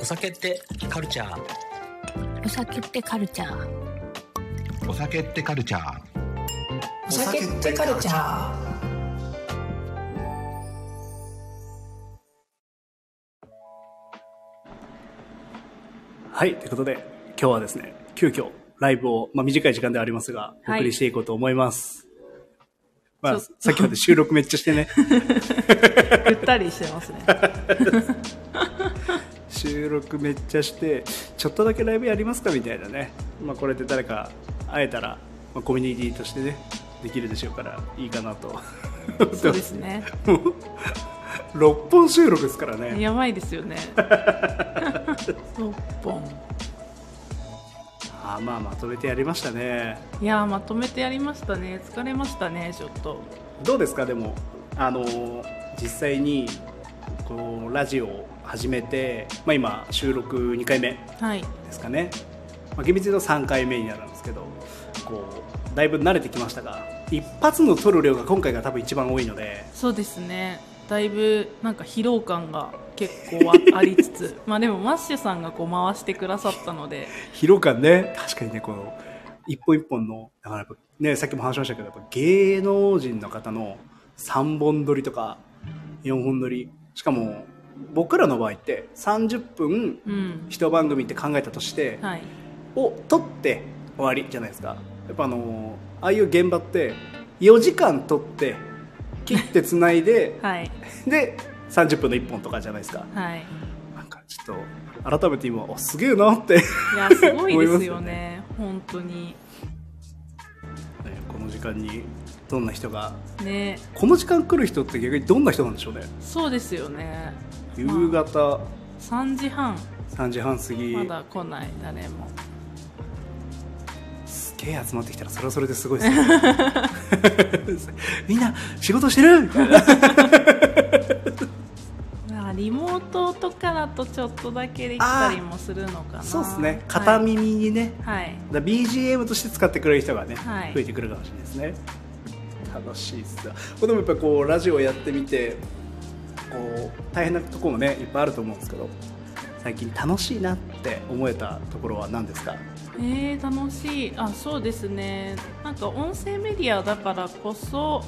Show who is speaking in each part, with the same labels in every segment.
Speaker 1: お酒ってカルチャー
Speaker 2: お酒ってカルチャー
Speaker 3: お酒ってカルチャー
Speaker 4: お酒ってカルチャー
Speaker 5: はい、ということで、今日はですね、急遽、ライブを、まあ、短い時間ではありますが、お
Speaker 6: はい
Speaker 5: 送りしていこうと思います。まあ、
Speaker 6: ちょっと
Speaker 5: さっきまで収録めっちゃしてね、
Speaker 6: ぐったりしてますね
Speaker 5: 収録めっちゃして、ちょっとだけライブやりますかみたいなね、まあ、これで誰か会えたら、まあ、コミュニティとしてね、できるでしょうから、いいかなと。
Speaker 6: そ うですね
Speaker 5: 6本収録ですからね。
Speaker 6: やばいですよ ね六本
Speaker 5: あーまあ、まとめてやりましたね。
Speaker 6: いやーまとめてやりましたね疲れましたねちょっと
Speaker 5: どうですかでもあのー実際にこうラジオを始めて、まあ、今収録2回目
Speaker 6: はい
Speaker 5: ですかね、まあ、厳密に言うと3回目になるんですけどこうだいぶ慣れてきましたが一発の撮る量が今回が多分一番多いので
Speaker 6: そうですねだいぶなんか疲労感が結構あありつ つまあでもマッシュさんがこう回してくださったので
Speaker 5: 疲労感ね確かにねこの一本一本のだからやっぱねさっきも話しましたけどやっぱ芸能人の方の3本撮りとか4本撮りしかも僕らの場合って30分
Speaker 6: うん
Speaker 5: 一番組って考えたとして、
Speaker 6: はい
Speaker 5: を取って終わりじゃないですかやっぱあのーああいう現場って4時間取って切ってつないで
Speaker 6: はい
Speaker 5: で30分の1本とかじゃないですか
Speaker 6: はい
Speaker 5: なんかちょっと改めて今あすげえなってね
Speaker 6: いやすごいですよね本当に
Speaker 5: この時間にどんな人が
Speaker 6: ね
Speaker 5: この時間来る人って逆にどんな人なんでしょうね
Speaker 6: そうですよね
Speaker 5: 夕方
Speaker 6: 3時半
Speaker 5: 3時半過ぎ、
Speaker 6: まだ来ない誰も
Speaker 5: すげえ集まってきたらそれはそれですごいですね みんな仕事してるみたいな
Speaker 6: まあリモートとかだとちょっとだけできたりもするのかな
Speaker 5: そうですね片
Speaker 6: はい、
Speaker 5: 耳にね、
Speaker 6: はい
Speaker 5: だから BGM として使ってくれる人がね、
Speaker 6: はい
Speaker 5: 増えてくるかもしれないですね楽しいっすわでもやっぱこうラジオやってみてこう大変なところもねいっぱいあると思うんですけど最近楽しいなって思えたところは何ですか
Speaker 6: えー、楽しいあそうですねなんか音声メディアだからこそ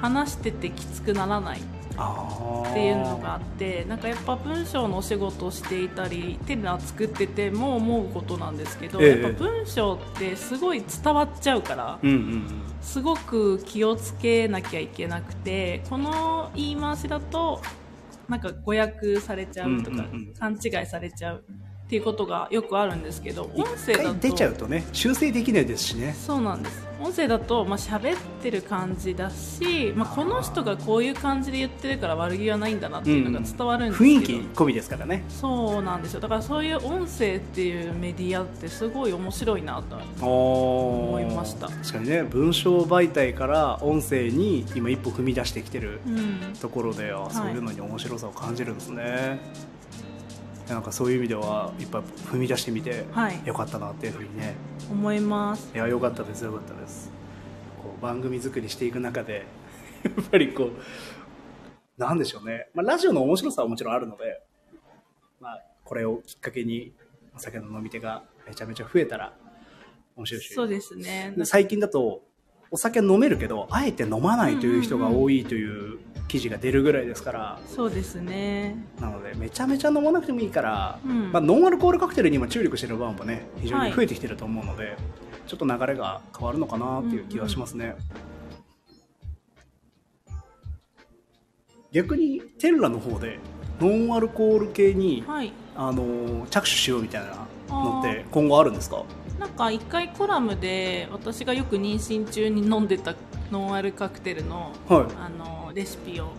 Speaker 6: 話しててきつくならないっ
Speaker 5: あ
Speaker 6: ていうのがあってなんかやっぱ文章のお仕事をしていたり手で作ってても思うことなんですけど、
Speaker 5: ええ
Speaker 6: やっぱ文章ってすごい伝わっちゃうから、
Speaker 5: うんうん
Speaker 6: すごく気をつけなきゃいけなくてこの言い回しだとなんか誤訳されちゃうとか、
Speaker 5: うんうんうん
Speaker 6: 勘違いされちゃうっていうことがよくあるんですけど
Speaker 5: うん
Speaker 6: 音
Speaker 5: 一
Speaker 6: 声だと
Speaker 5: 回出ちゃうとね修正できないですしね
Speaker 6: そうなんです音声だと、まあ喋ってる感じだし、まあ、この人がこういう感じで言ってるから悪気はないんだなっていうのが伝わるんですけど、
Speaker 5: 雰囲気込みですからね
Speaker 6: そうなんですよだからそういう音声っていうメディアってすごい面白いなと
Speaker 5: 思
Speaker 6: 思いました
Speaker 5: 確かにね文章媒体から音声に今一歩踏み出してきてる
Speaker 6: うん
Speaker 5: ところであそういうのに面白さを感じるんですね、なんかそういう意味ではいっぱい踏み出してみて、
Speaker 6: はい
Speaker 5: よかったなっていうふうにね
Speaker 6: 思います
Speaker 5: いやよかったですよかったですこう番組作りしていく中で やっぱりこうなんでしょうね、まあ、ラジオの面白さはもちろんあるので、まあ、これをきっかけにお酒の飲み手がめちゃめちゃ増えたら面白いし
Speaker 6: そうですね
Speaker 5: で最近だとお酒飲めるけどあえて飲まないという人が多いという記事が出るぐらいですから、
Speaker 6: そうですね
Speaker 5: なのでめちゃめちゃ飲まなくてもいいから、
Speaker 6: うん
Speaker 5: まあ、ノンアルコールカクテルに今注力してるバーもね非常
Speaker 6: は
Speaker 5: に
Speaker 6: い
Speaker 5: 増えてきてると思うので、ちょっと流れが変わるのかなっていう気がしますね、逆にテルラの方でノンアルコール系に、
Speaker 6: はい
Speaker 5: あのー着手しようみたいなのっ
Speaker 6: あ
Speaker 5: て今後あるんですか
Speaker 6: なんか一回コラムで私がよく妊娠中に飲んでたノンアルカクテルの
Speaker 5: はい
Speaker 6: あのレシピを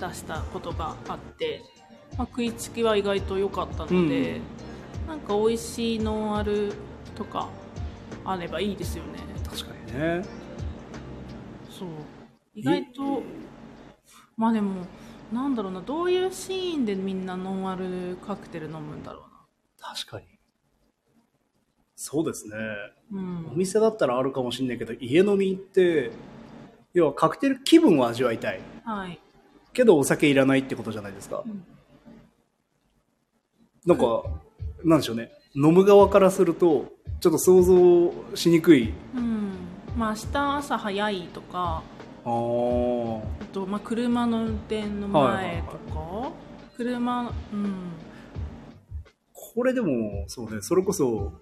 Speaker 6: 出したことがあって、まあ、食いつきは意外と良かったので、
Speaker 5: うん
Speaker 6: なんか美味しいノンアルとかあればいいですよね
Speaker 5: 確かにね
Speaker 6: そう意外とまあでもなんだろうなどういうシーンでみんなノンアルカクテル飲むんだろ
Speaker 5: 確かにそうですね
Speaker 6: うなう
Speaker 5: お
Speaker 6: ん
Speaker 5: 店だったらあるかもしれないけど家飲み行って要はカクテル気分を味わいたい
Speaker 6: はい
Speaker 5: けどお酒いらないってことじゃないですか、
Speaker 6: ん
Speaker 5: なんか、なんでしょうね。飲む側からすると、ちょっと想像しにくい。
Speaker 6: うんまあ明日朝早いとか
Speaker 5: あー
Speaker 6: あと、まあ、車の運転の前とか、車うん
Speaker 5: これでも、そうね、それこそ、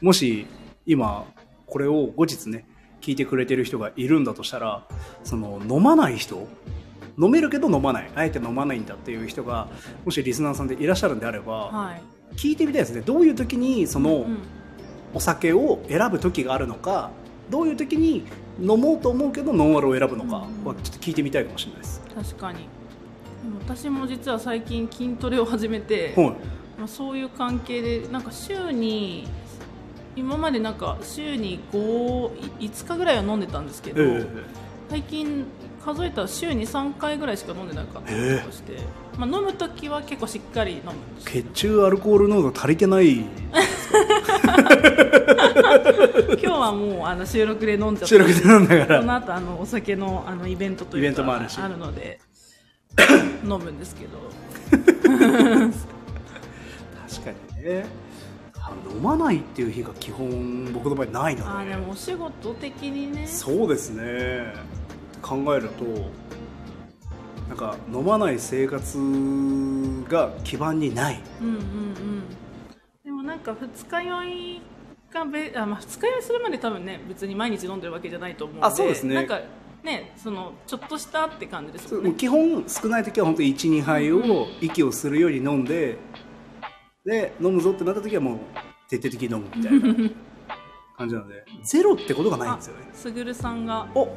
Speaker 5: もし今、これを後日ね、聞いてくれてる人がいるんだとしたら、その、飲まない人、飲めるけど飲まない、あえて飲まないんだっていう人が、もしリスナーさんでいらっしゃるんであれば、
Speaker 6: はい、
Speaker 5: 聞いてみたいですね。どういう時に、その、
Speaker 6: うん、
Speaker 5: お酒を選ぶ時があるのかどういう時に飲もうと思うけどノンアルを選ぶのか
Speaker 6: うん
Speaker 5: はちょっと聞いてみたいかもしれないです。
Speaker 6: 確かにでも私も実は最近筋トレを始めて、
Speaker 5: はい、
Speaker 6: まあ、そういう関係でなんか週に今までなんか週に5 5日ぐらいは飲んでたんですけ
Speaker 5: え
Speaker 6: ど、
Speaker 5: ー
Speaker 6: 最近数えたら週に3回ぐらいしか飲んでなかったりとかして、まあ、飲む時は結構しっかり飲むんですけ
Speaker 5: 血
Speaker 6: ど
Speaker 5: 中アルコール濃度足りて ない
Speaker 6: 今日はもうあの収録で飲んじゃった
Speaker 5: 収録でなんだか
Speaker 6: こ
Speaker 5: ら
Speaker 6: の後あのお酒のあのイベントというか
Speaker 5: イベントもあるし
Speaker 6: ので飲むんですけど
Speaker 5: 確かにねあ飲まないっていう日が基本僕の場合ないの
Speaker 6: あー
Speaker 5: で
Speaker 6: でもお仕事的にね
Speaker 5: そうですね考えるとなんか飲まない生活が基盤にない
Speaker 6: うんうんうんでもなんか二日酔いがべあ、まあ、二日酔いするまで多分ね別に毎日飲んでるわけじゃないと思うので
Speaker 5: あそうですね
Speaker 6: なんかねそのちょっとしたって感じです
Speaker 5: そ
Speaker 6: も
Speaker 5: うんも
Speaker 6: ね
Speaker 5: う基本少ない時は本当に12杯を息をするように飲んでで飲むぞってなった時はもう徹底的に飲むみたいな 感じなのでゼロってことがないんですよね
Speaker 6: すぐるさんが
Speaker 5: お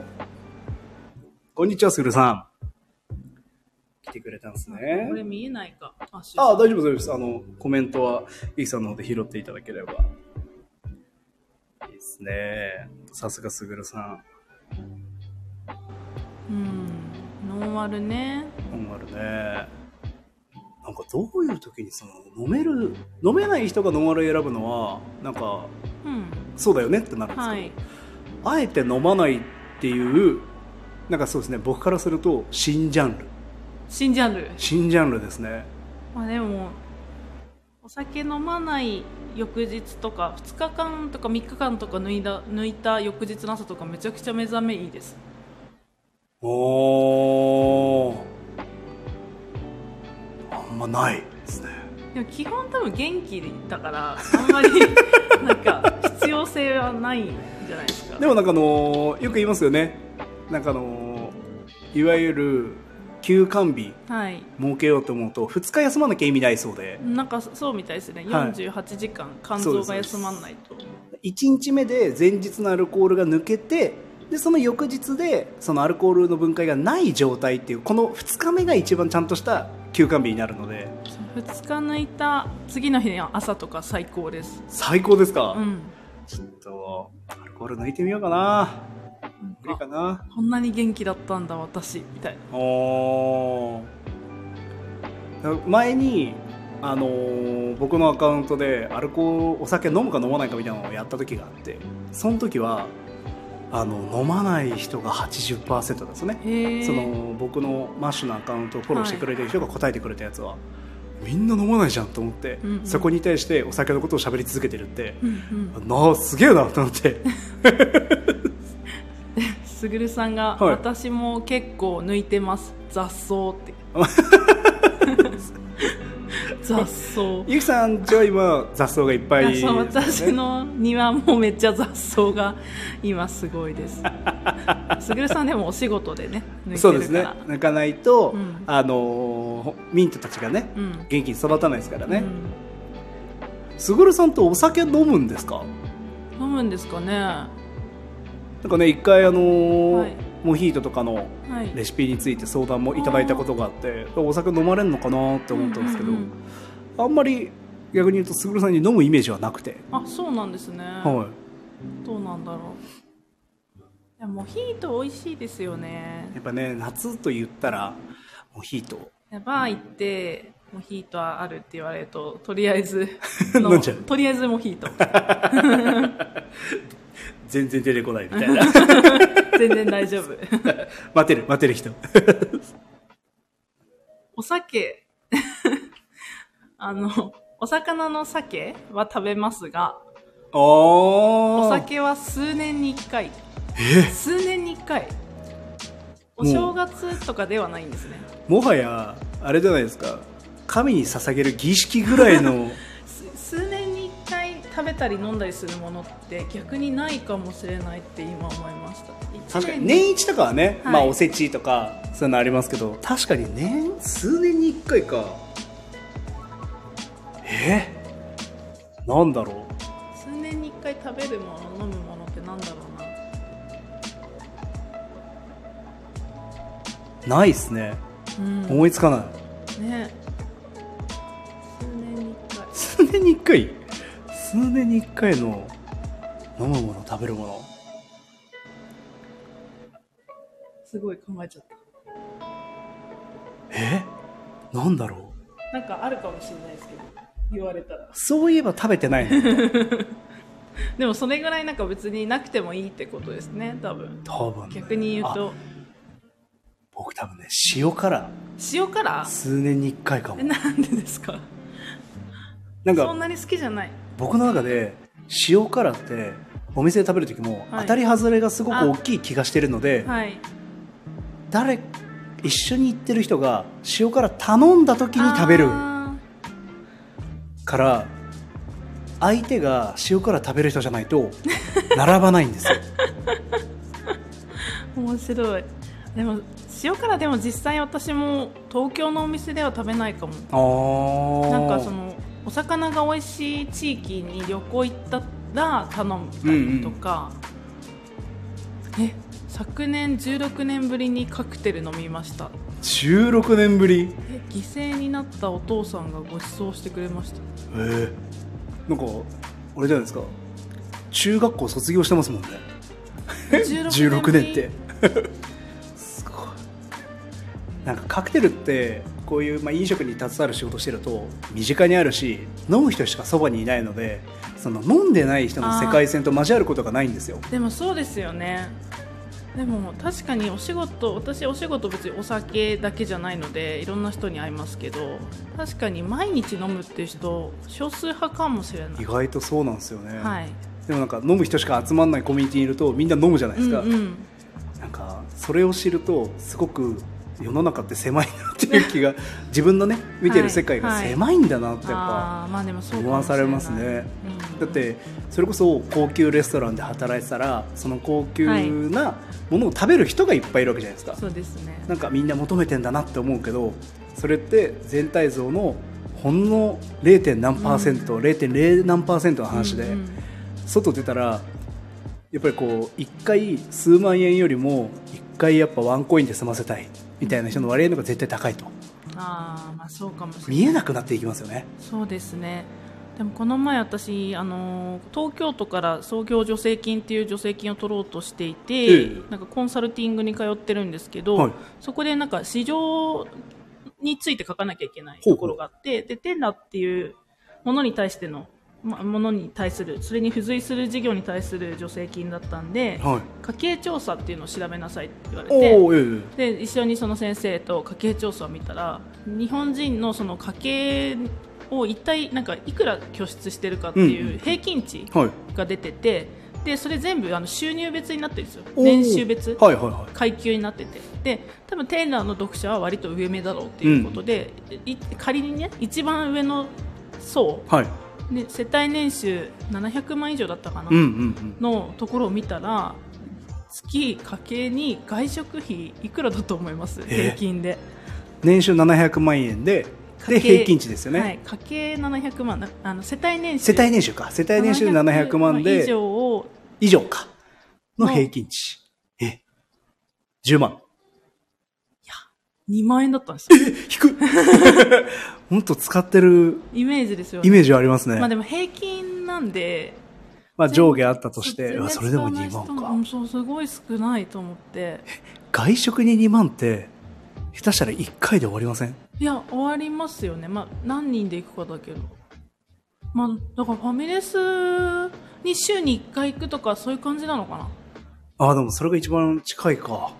Speaker 5: こんにちはすぐるさん来てくれたんですね
Speaker 6: これ見えないかあしゅう
Speaker 5: ああ大丈夫大丈夫ですあのコメントはゆきさんの方で拾っていただければいいですねさすがすぐるさん
Speaker 6: うんノンアルね
Speaker 5: 本あるねなんかどういう時にその飲める飲めない人がノンアル選ぶのはなんか
Speaker 6: うん
Speaker 5: そうだよねってなるんですけど、
Speaker 6: はい
Speaker 5: あえて飲まないっていうなんかそうですね僕からすると新ジャンル
Speaker 6: 新ジャンル
Speaker 5: 新ジャンルですね
Speaker 6: まあでもお酒飲まない翌日とか2日間とか3日間とか抜いだ抜いた翌日の朝とかめちゃくちゃ目覚めいいです
Speaker 5: おーあんまないですね
Speaker 6: でも基本多分元気だからあ んまりなんか必要性はないんじゃないですか
Speaker 5: でもなんかあのーよく言いますよねなんかあのーいわゆる休館日
Speaker 6: はい
Speaker 5: 設けようと思うと2日休まなきゃ意味ないそうで
Speaker 6: なんかそうみたいですね
Speaker 5: はい
Speaker 6: 48時間肝臓が休まんないと
Speaker 5: 1日目で前日のアルコールが抜けてでその翌日でそのアルコールの分解がない状態っていうこの2日目が一番ちゃんとした休館日になるので
Speaker 6: 2日抜いた次の日の朝とか最高です
Speaker 5: 最高ですか、
Speaker 6: うん
Speaker 5: ちょっとアルコール抜いてみようかな無理かな
Speaker 6: あこんなに元気だったんだ私みたいな
Speaker 5: おー前にあのー僕のアカウントでアルコールお酒飲むか飲まないかみたいなのをやった時があってその時はあの飲まない人が80%なんですよね
Speaker 6: へえ
Speaker 5: その僕のマッシュのアカウントをフォローしてくれてる人が答えてくれたやつは、みんな飲まないじゃんと思って、
Speaker 6: うんうん
Speaker 5: そこに対してお酒のことを喋り続けてるって、
Speaker 6: うんうん
Speaker 5: なあすげえなと思って
Speaker 6: すぐるさんが、
Speaker 5: はい
Speaker 6: 私も結構抜いてます雑 草って雑草
Speaker 5: ゆきさんじゃあ今雑草がいっぱい、
Speaker 6: 雑草私の庭もめっちゃ雑草が今すごいですすぐるさんでもお仕事でね抜いてるから
Speaker 5: そうですね泣かないと、
Speaker 6: うん
Speaker 5: あのーミントたちがね
Speaker 6: うん
Speaker 5: 元気に育たないですから
Speaker 6: う
Speaker 5: ね
Speaker 6: ん
Speaker 5: すぐるさんってお酒飲むんですか
Speaker 6: 飲むんですかねは
Speaker 5: なんかね一回あのー
Speaker 6: はい
Speaker 5: モヒートとかのレ
Speaker 6: い
Speaker 5: シピについて相談もいただいたことがあってお酒飲まれるのかなって思ったんですけど、
Speaker 6: うんうんうん
Speaker 5: あんまり逆に言うとすぐるさんに飲むイメージはなくて、
Speaker 6: あそうなんですね、
Speaker 5: はい
Speaker 6: どうなんだろういやモヒート美味しいですよね
Speaker 5: やっぱね夏と言ったらモヒート
Speaker 6: でバー行って、モヒートはあるって言われると、とりあえ ず
Speaker 5: 飲んじゃう
Speaker 6: とりあえずモヒート。
Speaker 5: 全然出てこないみたいな
Speaker 6: 全然大丈夫。
Speaker 5: 待てる待てる人
Speaker 6: お酒、あの、おお魚の鮭は食べますが、
Speaker 5: お
Speaker 6: お酒は数年に1回。数年に1回。お
Speaker 5: もう
Speaker 6: 正月とかではないんですね。
Speaker 5: もはやあれじゃないですか神に捧げる儀式ぐらい の
Speaker 6: す数年に1回食べたり飲んだりするものって逆にないかもしれないって今思いました。
Speaker 5: 確かに
Speaker 6: 一年
Speaker 5: 年一とかはね、
Speaker 6: はい
Speaker 5: まあおせちとかそういうのありますけど確かに年数年に1回かえなんだろ
Speaker 6: 数年に1回食べるもの飲むものってなんだろうな
Speaker 5: うないっすね、
Speaker 6: うん
Speaker 5: 思いつかない
Speaker 6: ね数年に1回
Speaker 5: 数年に1回数年に1回の飲むもの食べるもの
Speaker 6: すごい考えちゃった
Speaker 5: えなんだろう
Speaker 6: なんかあるかもしれないですけど言われたら
Speaker 5: そういえば食べてないの
Speaker 6: でもそれぐらいなんか別になくてもいいってことですね多分
Speaker 5: 多分ね
Speaker 6: 逆に言うと
Speaker 5: 僕多分ね塩辛
Speaker 6: 塩辛
Speaker 5: 数年に1回かも
Speaker 6: えなんでですか
Speaker 5: なん
Speaker 6: そ
Speaker 5: か
Speaker 6: んなに好きじゃない
Speaker 5: 僕の中で塩辛ってお店で食べる時も
Speaker 6: はい
Speaker 5: 当たり外れがすごく大きい気がしてるので、
Speaker 6: はい
Speaker 5: 誰一緒に行ってる人が塩辛頼んだ時に食べる
Speaker 6: あ
Speaker 5: から相手が塩辛食べる人じゃない と並ばないんですよ
Speaker 6: ー面白いでも塩辛でも実際私も東京のお店では食べないかも
Speaker 5: あ
Speaker 6: なんかそのお魚が美味しい地域に旅行行ったら頼むたりとか、え昨年16年ぶりにカクテル飲みました
Speaker 5: 16年ぶり
Speaker 6: え犠牲になったお父さんがご馳走してくれました
Speaker 5: えなんかあれじゃないですか中学校卒業してますもんね
Speaker 6: え
Speaker 5: 16
Speaker 6: 16
Speaker 5: 年
Speaker 6: 年
Speaker 5: ってすごいなんかカクテルってこういう、まあ、飲食に携わる仕事してると身近にあるし飲む人しかそばにいないのでその飲んでない人の世界線と交わることがないんですよ
Speaker 6: でもそうですよねでも確かにお仕事私お仕事別にお酒だけじゃないのでいろんな人に会いますけど確かに毎日飲むっていう人少数派かもしれな
Speaker 5: 意
Speaker 6: い
Speaker 5: 外とそうなんですよね、
Speaker 6: はい
Speaker 5: でもなんか飲む人しか集まらないコミュニティにいるとみんな飲むじゃないですか、
Speaker 6: うんうん
Speaker 5: なんかそれを知るとすごく世の中って狭いなっていう気が 自分のね見てる世界が
Speaker 6: はいはい
Speaker 5: 狭いんだなってやっぱ、
Speaker 6: あーまあでもそうか
Speaker 5: 思
Speaker 6: も
Speaker 5: わ
Speaker 6: しれ
Speaker 5: さ
Speaker 6: ない
Speaker 5: れますね、
Speaker 6: うん
Speaker 5: だってそれこそ高級レストランで働いてたらその高級なものを食べる人がいっぱいいるわけじゃないですか、
Speaker 6: そうですね
Speaker 5: なんかみんな求めてんだなって思うけどそれって全体像のほんの 0. 点何パーセント、0.0何パーセントの話で、
Speaker 6: うんうん
Speaker 5: 外出たらやっぱりこう1回数万円よりも1回やっぱワンコインで済ませたいみたいな人の割合の方が絶対高いと
Speaker 6: ああまあそうかもしれない
Speaker 5: 見えなくなっていきますよね
Speaker 6: そうですねでもこの前私あのー東京都から創業助成金っていう助成金を取ろうとしていて、
Speaker 5: ええ
Speaker 6: なんかコンサルティングに通ってるんですけど、
Speaker 5: はい
Speaker 6: そこでなんか市場について書かなきゃいけない
Speaker 5: ほう
Speaker 6: と
Speaker 5: ほ
Speaker 6: こ
Speaker 5: う
Speaker 6: ろがあってでテンダっていうものに対しての、ま、ものに対するそれに付随する事業に対する助成金だったんで、
Speaker 5: はい
Speaker 6: 家計調査っていうのを調べなさいって言われて
Speaker 5: おおーえ
Speaker 6: で一緒にその先生と家計調査を見たら日本人のその家計を一体なんかいくら拠出してるかって
Speaker 5: うんう
Speaker 6: い
Speaker 5: ん
Speaker 6: う平均値
Speaker 5: えはい
Speaker 6: が出てて、でそれ全部あの収入別になってるんですよ
Speaker 5: おー
Speaker 6: 年収別、
Speaker 5: はいはいはい
Speaker 6: 階級になっててで多分テイラーの読者は割と上目だろうっていうことで、い仮にね一番上の層、
Speaker 5: はい。
Speaker 6: ね、世帯年収700万以上だったかな、
Speaker 5: うんうん
Speaker 6: のところを見たら月家計に外食費いくらだと思います
Speaker 5: ー
Speaker 6: 平均で、
Speaker 5: うん。年収700万円で、で、
Speaker 6: 家計
Speaker 5: 平均値ですよね。
Speaker 6: はい、家計700万なあの世帯年収
Speaker 5: 世帯年収か。世帯年収700万
Speaker 6: 以
Speaker 5: で、
Speaker 6: 上を
Speaker 5: 以上か。の
Speaker 6: の
Speaker 5: 平均値。え、10万。
Speaker 6: 2万円だったんですよ
Speaker 5: え、低 いほんと使ってる
Speaker 6: イメージですよね
Speaker 5: イメージはありますね。
Speaker 6: ま
Speaker 5: ま
Speaker 6: あ
Speaker 5: あ、
Speaker 6: でも平均なんで
Speaker 5: 上下あったとして、
Speaker 6: 全
Speaker 5: う
Speaker 6: 然
Speaker 5: わそれでも2
Speaker 6: 使わない人
Speaker 5: 万
Speaker 6: うん
Speaker 5: か。
Speaker 6: そうすごい少ないと思って
Speaker 5: 外食に2万って、下手したら1回で終わりません
Speaker 6: いや終わりますよねまあ何人で行くかだけどまあだからファミレスに週に1回行くとかそういう感じなのかな
Speaker 5: ああ、でもそれが一番近いか。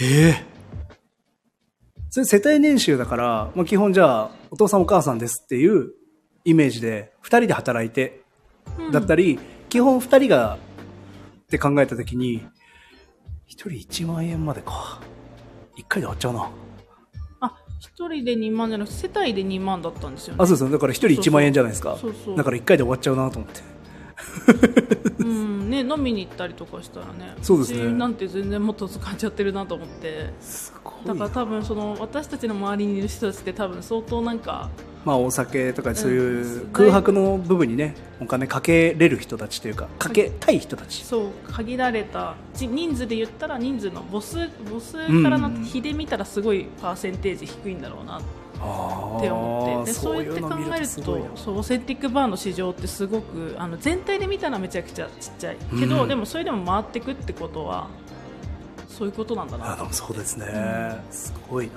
Speaker 5: ええそれ世帯年収だから、まあ、基本じゃあ、お父さんお母さんですっていうイメージで2人で働いてだったり、基本2人がって考えた時に1人1万円までか1回で終わっちゃうな
Speaker 6: あ一人で2万じゃなくて世帯で2万だったんですよね
Speaker 5: あそうそうだから1人1万円じゃないですか
Speaker 6: そうそう
Speaker 5: だから1回で終わっちゃうなと思って
Speaker 6: うんね飲みに行ったりとかしたらね
Speaker 5: そうですね
Speaker 6: ちなんて全然もっと使っちゃってるなと思って
Speaker 5: すご
Speaker 6: だから多分その私たちの周りにいる人たちって多分相当なんか
Speaker 5: まあお酒とかそういう
Speaker 6: うん
Speaker 5: 空白の部分にねお金かけれる人たちというかかけたい人たち
Speaker 6: そう限られたじ人数で言ったら人数の母数母数
Speaker 5: ん
Speaker 6: からなって比で見たらすごいパーセンテージ低いんだろうなっ
Speaker 5: あ
Speaker 6: て思っ
Speaker 5: ー
Speaker 6: てでそうやって考える
Speaker 5: す
Speaker 6: と
Speaker 5: ごいな
Speaker 6: そうオセンティックバーの市場ってすごくあの全体で見たらめちゃくちゃちっちゃいけど、
Speaker 5: うん
Speaker 6: でもそれでも回ってくってことはそういうことなんだな
Speaker 5: あでもそうですね、すごいな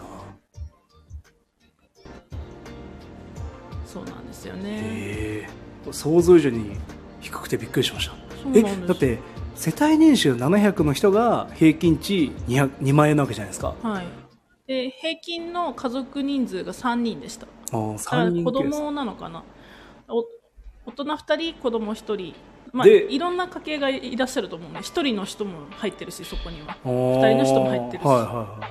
Speaker 6: そうなんですよね。
Speaker 5: ええ想像以上に低くてびっくりしました
Speaker 6: そう
Speaker 5: え
Speaker 6: なんです
Speaker 5: だって世帯年収700の人が平均値 200, 2万円なわけじゃないですか
Speaker 6: はい。で平均の家族人数が3人でした。
Speaker 5: あー
Speaker 6: だから
Speaker 5: 3人
Speaker 6: 子
Speaker 5: 計算
Speaker 6: 供なのかな。お大人2人、子供1人。まあ、
Speaker 5: で
Speaker 6: いろんな家計がいらっしゃると思うね。1人の人も入ってるし、そこには。
Speaker 5: 2
Speaker 6: 二人の人も入ってるし
Speaker 5: はいはいは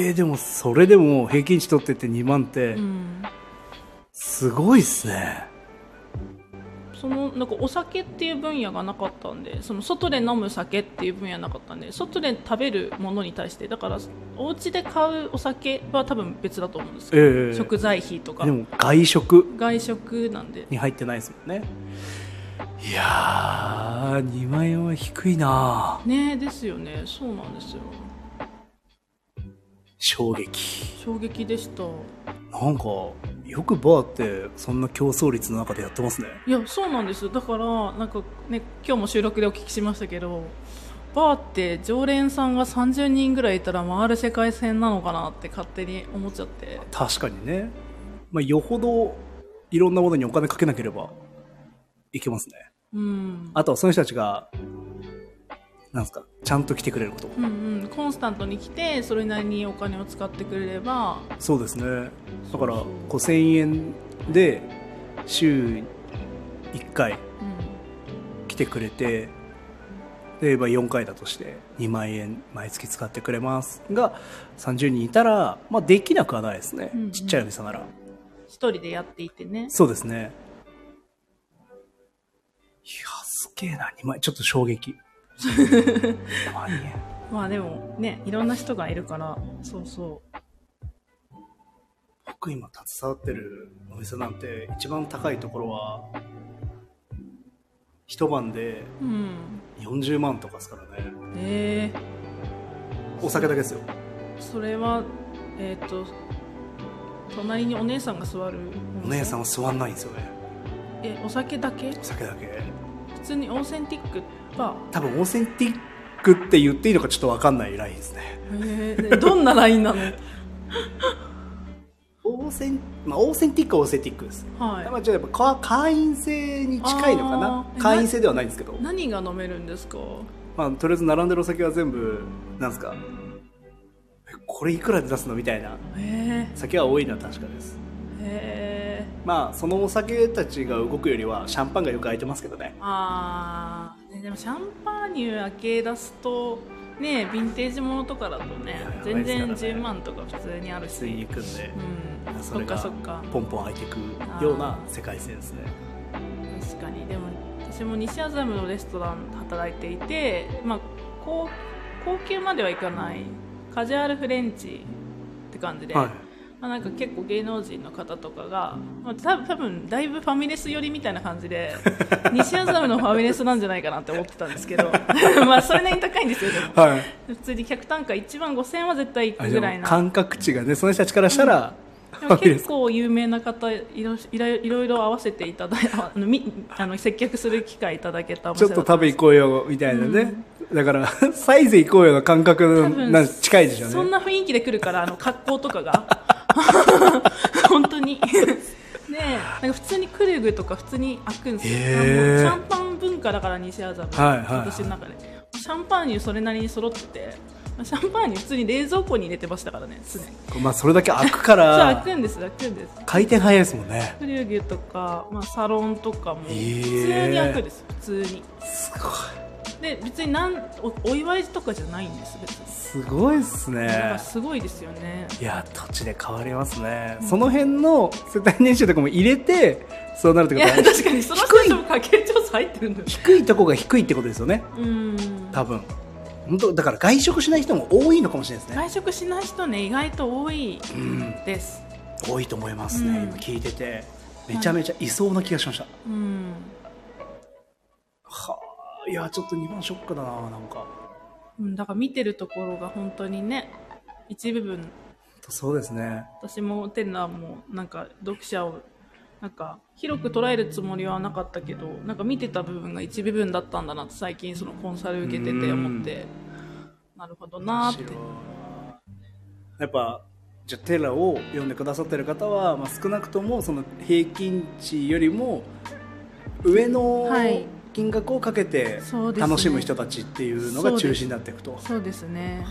Speaker 5: いえー、でもそれでも平均値取ってって2万って
Speaker 6: うん。
Speaker 5: すごいっすね、
Speaker 6: そのなんかお酒っていう分野がなかったんでその外で飲む酒っていう分野なかったんで外で食べるものに対してだからお家で買うお酒は多分別だと思うんですけど、
Speaker 5: ええ
Speaker 6: 食材費とか
Speaker 5: でも外食
Speaker 6: 外食なんで
Speaker 5: に入ってないですもんねいやー2万円は低いな
Speaker 6: ねですよねそうなんですよ
Speaker 5: 衝撃
Speaker 6: 衝撃でした
Speaker 5: なんかよくバーってそんな競争率の中でやってますね
Speaker 6: いやそうなんですよだからなんかね今日も収録でお聞きしましたけどバーって常連さんが30人ぐらいいたら回る世界線なのかなって勝手に思っちゃって
Speaker 5: 確かにね、まあ、よほどいろんなものにお金かけなければいけますね
Speaker 6: うん
Speaker 5: あとはその人たちがなんすかちゃんと来てくれること
Speaker 6: うんうんコンスタントに来てそれなりにお金を使ってくれれば
Speaker 5: そうですねだから
Speaker 6: そう
Speaker 5: 5000円で週1回
Speaker 6: う
Speaker 5: 来てくれて例えば4回だとして2万円毎月使ってくれますが30人いたら、まあ、できなくはないですね、
Speaker 6: うんうん
Speaker 5: ちっちゃいお店なら
Speaker 6: ん一人でやっていてね
Speaker 5: そうですねいやすげえな2万円ちょっと衝 撃2万円
Speaker 6: まあでもねいろんな人がいるからそうそ
Speaker 5: 僕今携わってるお店なんて一番高いところは一晩で
Speaker 6: ううん
Speaker 5: 40万とかですからね
Speaker 6: ええ
Speaker 5: お酒だけですよ
Speaker 6: それはえっ、と隣にお姉さんが座る
Speaker 5: お姉さん
Speaker 6: ん
Speaker 5: は座んないんですよね
Speaker 6: えお酒だけ
Speaker 5: お酒だけ
Speaker 6: 普通にオーセンティックバ
Speaker 5: 多分オーセンティックって言っていいのかちょっと分かんないラインですね
Speaker 6: ーえー、どんなラインなの
Speaker 5: オーセン、まあ、オーセンティックはオーセンティックです、ま
Speaker 6: は
Speaker 5: あ、ちょっとやっぱか会員制に近いのかな
Speaker 6: あー
Speaker 5: 会員制ではないんですけど
Speaker 6: い、何が飲めるんですか
Speaker 5: まあ、とりあえず並んでるお酒は全部なんですかえこれいくらで出すのみたいな
Speaker 6: え
Speaker 5: 酒は多いのは確かです
Speaker 6: ー、え
Speaker 5: まあそのお酒たちが動くよりはシャンパンがよく開いてますけどね
Speaker 6: ー、あーねでもシャンパーニュ開け出すとねヴィンテージものとかだとね
Speaker 5: やばいですからね
Speaker 6: 全然10万とか普通にある
Speaker 5: 普
Speaker 6: し
Speaker 5: 通に行くんで
Speaker 6: うん
Speaker 5: そ
Speaker 6: そっ
Speaker 5: れ
Speaker 6: か
Speaker 5: が
Speaker 6: そっか
Speaker 5: ポンポン開いていくような世界線ですね
Speaker 6: 確かにでも私も西麻布のレストランで働いていて、まあ、高高級まではいかないカジュアルフレンチって感じで、
Speaker 5: はい
Speaker 6: まあ、なんか結構芸能人の方とかが、まあ、多分多分だいぶファミレス寄りみたいな感じ で西麻布のファミレスなんじゃないかなって思ってたんですけど まあそれなりに高いんですよでも
Speaker 5: はい
Speaker 6: 普通に客単価1万5000円は絶対い
Speaker 5: あ
Speaker 6: く
Speaker 5: で
Speaker 6: ぐらい
Speaker 5: も
Speaker 6: な
Speaker 5: 感覚値がねその人たちからしたら、
Speaker 6: でも結構有名な方いろいろいろいろ合わせていただ いあのみあの接客する機会いただけたお
Speaker 5: ちょ
Speaker 6: 店
Speaker 5: っ
Speaker 6: だ
Speaker 5: と
Speaker 6: た
Speaker 5: 食べ行こうよみたいなね、だから サイズ行こうよの感覚
Speaker 6: 多分
Speaker 5: なん近いでしょうね
Speaker 6: そんな雰囲気で来るからあの格好と かが本当にねえなんか普通にクルグとか普通に開くんですよ、
Speaker 5: へえ
Speaker 6: あのシャンパン文化だから西麻布、
Speaker 5: はいはいはい
Speaker 6: 私の中でシャンパンにそれなりに揃っててシャンパーニュ普通に冷蔵庫に入れてましたからね常に
Speaker 5: まあ、それだけ開くか
Speaker 6: そう開
Speaker 5: ら、
Speaker 6: くんです開くんです
Speaker 5: 回転早いですもんね。
Speaker 6: クリューギュとか、まあ、サロンとかも普
Speaker 5: えー
Speaker 6: 通に開くです、普通に
Speaker 5: すごい。
Speaker 6: で別になんおお祝いとかじゃないんです別に、
Speaker 5: すごいです
Speaker 6: なん
Speaker 5: ね
Speaker 6: か。すごいですよね
Speaker 5: いや、土地で変わりますね。その辺の世帯年収とかも入れて、そうなるって
Speaker 6: い
Speaker 5: こと
Speaker 6: や
Speaker 5: は
Speaker 6: 確かにその人たちも家計調査入ってるんだよ
Speaker 5: 低いとこが低いってことですよね。
Speaker 6: うん
Speaker 5: 多分。本当だから外食しない人も多いのかもしれないですね。
Speaker 6: 外食しない人ね意外と多い
Speaker 5: うん。
Speaker 6: です
Speaker 5: 多いと思いますね、
Speaker 6: うん
Speaker 5: 今聞いてて。めちゃめちゃいそうな気がしました。
Speaker 6: うん
Speaker 5: はあ、いや、ちょっと日本ショックだな、なんか。
Speaker 6: うんだから見てるところが本当にね一部分
Speaker 5: そうですね。
Speaker 6: 私もテラもなんか読者をなんか広く捉えるつもりはなかったけどなんか見てた部分が一部分だったんだなって最近そのコンサル受けてて思ってなるほどなーって
Speaker 5: 面白いやっぱじゃあテラを読んでくださってる方は、まあ、少なくともその平均値よりも上の
Speaker 6: はい
Speaker 5: 金額をかけて
Speaker 6: そうですね
Speaker 5: 楽しむ人たちっていうのが中心になっていくと、
Speaker 6: そうですね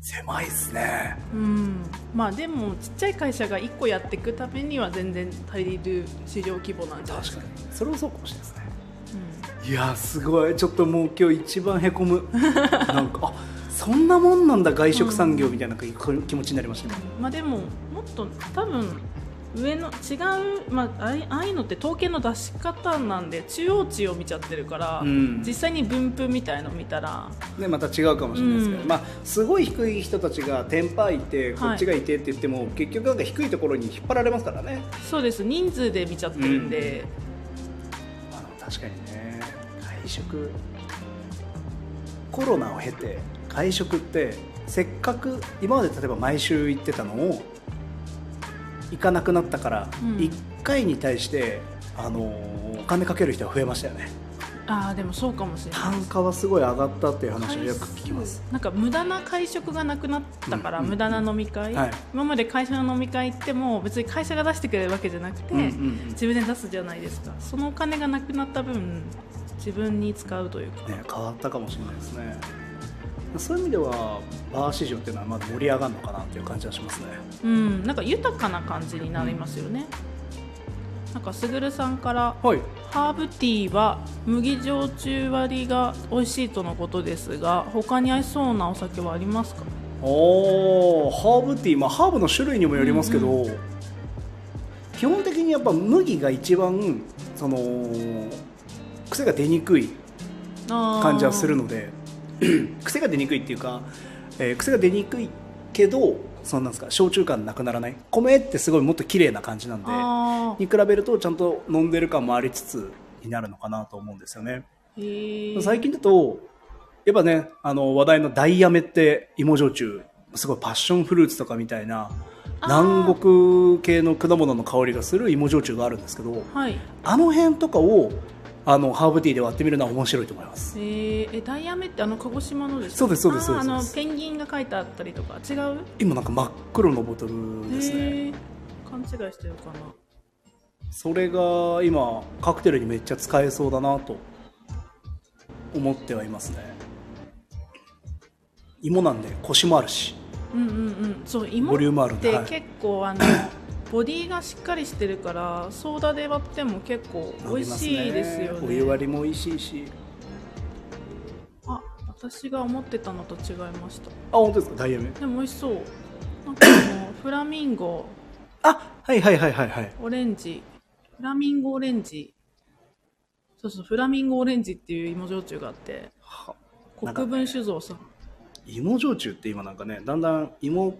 Speaker 5: 狭いですね
Speaker 6: うんまあでもちっちゃい会社が1個やっていくためには全然足りる市場規模なんじゃないです
Speaker 5: 確
Speaker 6: か
Speaker 5: かにそれもそうかもしれないですねいやーすごいちょっともう今日一番へこむ なんかあそんなもんなんだ外食産業みたいな気気持ちになりましたね、
Speaker 6: うんまあでももっと多分上の違う、まあ、あいああいうのって統計の出し方なんで中央値を見ちゃってるから、
Speaker 5: うん
Speaker 6: 実際に分布みたいの見たら
Speaker 5: ね、また違うかもしれないですけど、
Speaker 6: うん
Speaker 5: まあ、すごい低い人たちがテンパいてこ
Speaker 6: はい
Speaker 5: っちがいてって言っても、結局なんか低いところに引っ張られますからね
Speaker 6: そうです人数で見ちゃってるんで、
Speaker 5: あの確かにね外食コロナを経て外食ってせっかく今まで例えば毎週行ってたのを行かなくなったから、
Speaker 6: うん
Speaker 5: 1回に対して、あのーお金かける人は増えましたよね
Speaker 6: ああでもそうかもしれない
Speaker 5: 単価はすごい上がったっていう話をよく聞きます
Speaker 6: なんか無駄な会食がなくなったから、
Speaker 5: うんうん
Speaker 6: 無駄な飲み会、
Speaker 5: はい
Speaker 6: 今まで会社の飲み会行っても別に会社が出してくれるわけじゃなくて、
Speaker 5: うんうんうん
Speaker 6: 自分で出すじゃないですかそのお金がなくなった分自分に使うというか、
Speaker 5: ね、変わったかもしれないですねそういう意味ではバー市場っていうのはまだ盛り上がるのかなっていう感じはしますね
Speaker 6: うん、なんか豊かな感じになりますよね、なんかすぐるさんから
Speaker 5: はい
Speaker 6: ハーブティーは麦焼酎割りが美味しいとのことですが他に合いそうなお酒はありますか
Speaker 5: おーハーブティー、まあ、ハーブの種類にもよりますけど、
Speaker 6: う
Speaker 5: 基本的にやっぱ麦が一番その癖が出にくい感
Speaker 6: 感
Speaker 5: じはするので 癖が出にくいっていうか、えー癖が出にくいけどそのなんですか焼酎感なくならない米ってすごいもっと綺麗な感じなんで
Speaker 6: あー
Speaker 5: に比べるとちゃんと飲んでる感もありつつになるのかなと思うんですよね、
Speaker 6: へー
Speaker 5: 最近だとやっぱねあの話題のダイアメって芋焼酎すごいパッションフルーツとかみたいな
Speaker 6: あー
Speaker 5: 南国系の果物の香りがする芋焼酎があるんですけど
Speaker 6: はい
Speaker 5: あの辺とかをあのハーブティーで割ってみるのは面白いと思います
Speaker 6: えー、えダイヤメってあの鹿児島のですか
Speaker 5: そうですそうです
Speaker 6: あーあ
Speaker 5: そうで
Speaker 6: の
Speaker 5: す
Speaker 6: ペンギンが書いてあったりとか違う
Speaker 5: 今なんか真っ黒のボトルですね
Speaker 6: へー勘違いしてるかな
Speaker 5: それが今カクテルにめっちゃ使えそうだなと思ってはいますね芋なんでコシもあるし
Speaker 6: うんうんうんそう芋
Speaker 5: ボリュームある
Speaker 6: っ
Speaker 5: んで、
Speaker 6: て
Speaker 5: はい
Speaker 6: 結構 あのボディがしっかりしてるからソーダで割っても結構美味しいですよ
Speaker 5: お湯
Speaker 6: ね
Speaker 5: 割りも美味しいし
Speaker 6: あ私が思ってたのと違いました
Speaker 5: あ本当ですかダイヤメ
Speaker 6: でも美味しそうなんかあのフラミンゴ
Speaker 5: あはいはいはいはいはい
Speaker 6: オレンジフラミンゴオレンジそうそうフラミンゴオレンジっていう芋焼酎があって
Speaker 5: なんか
Speaker 6: 国分酒造さん
Speaker 5: 芋焼酎って今なんかねだんだん芋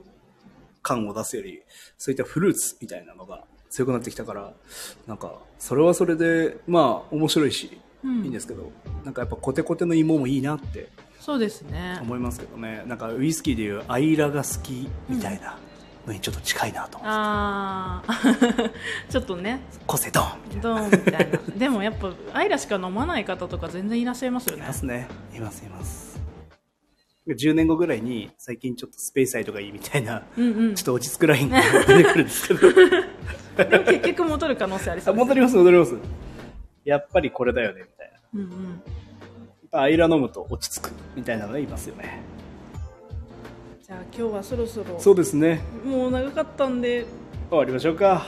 Speaker 5: 感を出すよりそういったフルーツみたいなのが強くなってきたからなんかそれはそれでまあ面白いし、
Speaker 6: うん
Speaker 5: いいんですけどなんかやっぱコテコテの芋もいいなって
Speaker 6: そうですね
Speaker 5: 思いますけどねなんかウイスキーでいうアイラが好きみたいなのにちょっと近いなと、
Speaker 6: あー ちょっとね
Speaker 5: 個性ドンみたい
Speaker 6: どうみたいなでもやっぱアイラしか飲まない方とか全然いらっしゃいます
Speaker 5: な
Speaker 6: よ
Speaker 5: い
Speaker 6: ね
Speaker 5: ますねいますいます10年後ぐらいに最近ちょっとスペースサイドがいいみたいな、
Speaker 6: うんうん
Speaker 5: ちょっと落ち着くラインが出てくるんですけど
Speaker 6: でも結局戻る可能性ありそ
Speaker 5: あ
Speaker 6: うです
Speaker 5: 戻ります戻りますやっぱりこれだよねみたいな
Speaker 6: うんうん
Speaker 5: あイラ飲むと落ち着くみたいなのねいますよね
Speaker 6: じゃあ今日はそろそろ
Speaker 5: そうですね
Speaker 6: もう長かったんで
Speaker 5: 終わりましょうか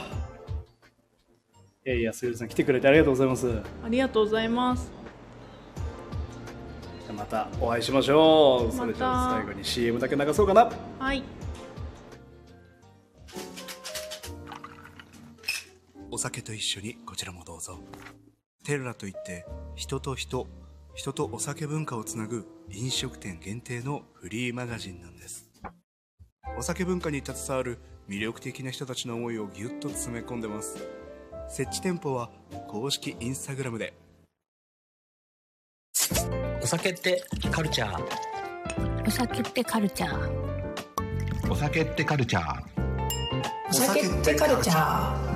Speaker 5: いやいやすゆりさん来てくれてありがとうございますじゃ
Speaker 6: ありがとうございます
Speaker 5: あまたお会いしましょうそれじゃあ
Speaker 6: また
Speaker 5: 最後に CM だけ流そうかな
Speaker 6: はい
Speaker 7: お酒と一緒にこちらもどうぞ。テルラといって、人と人、人とお酒文化をつなぐ飲食店限定のフリーマガジンなんです。お酒文化に携わる魅力的な人たちの思いをぎゅっと詰め込んでます。設置店舗は公式インスタグラムで。
Speaker 1: お酒ってカルチャー
Speaker 2: お酒ってカルチャー
Speaker 3: お酒ってカルチャー
Speaker 4: お酒ってカルチャー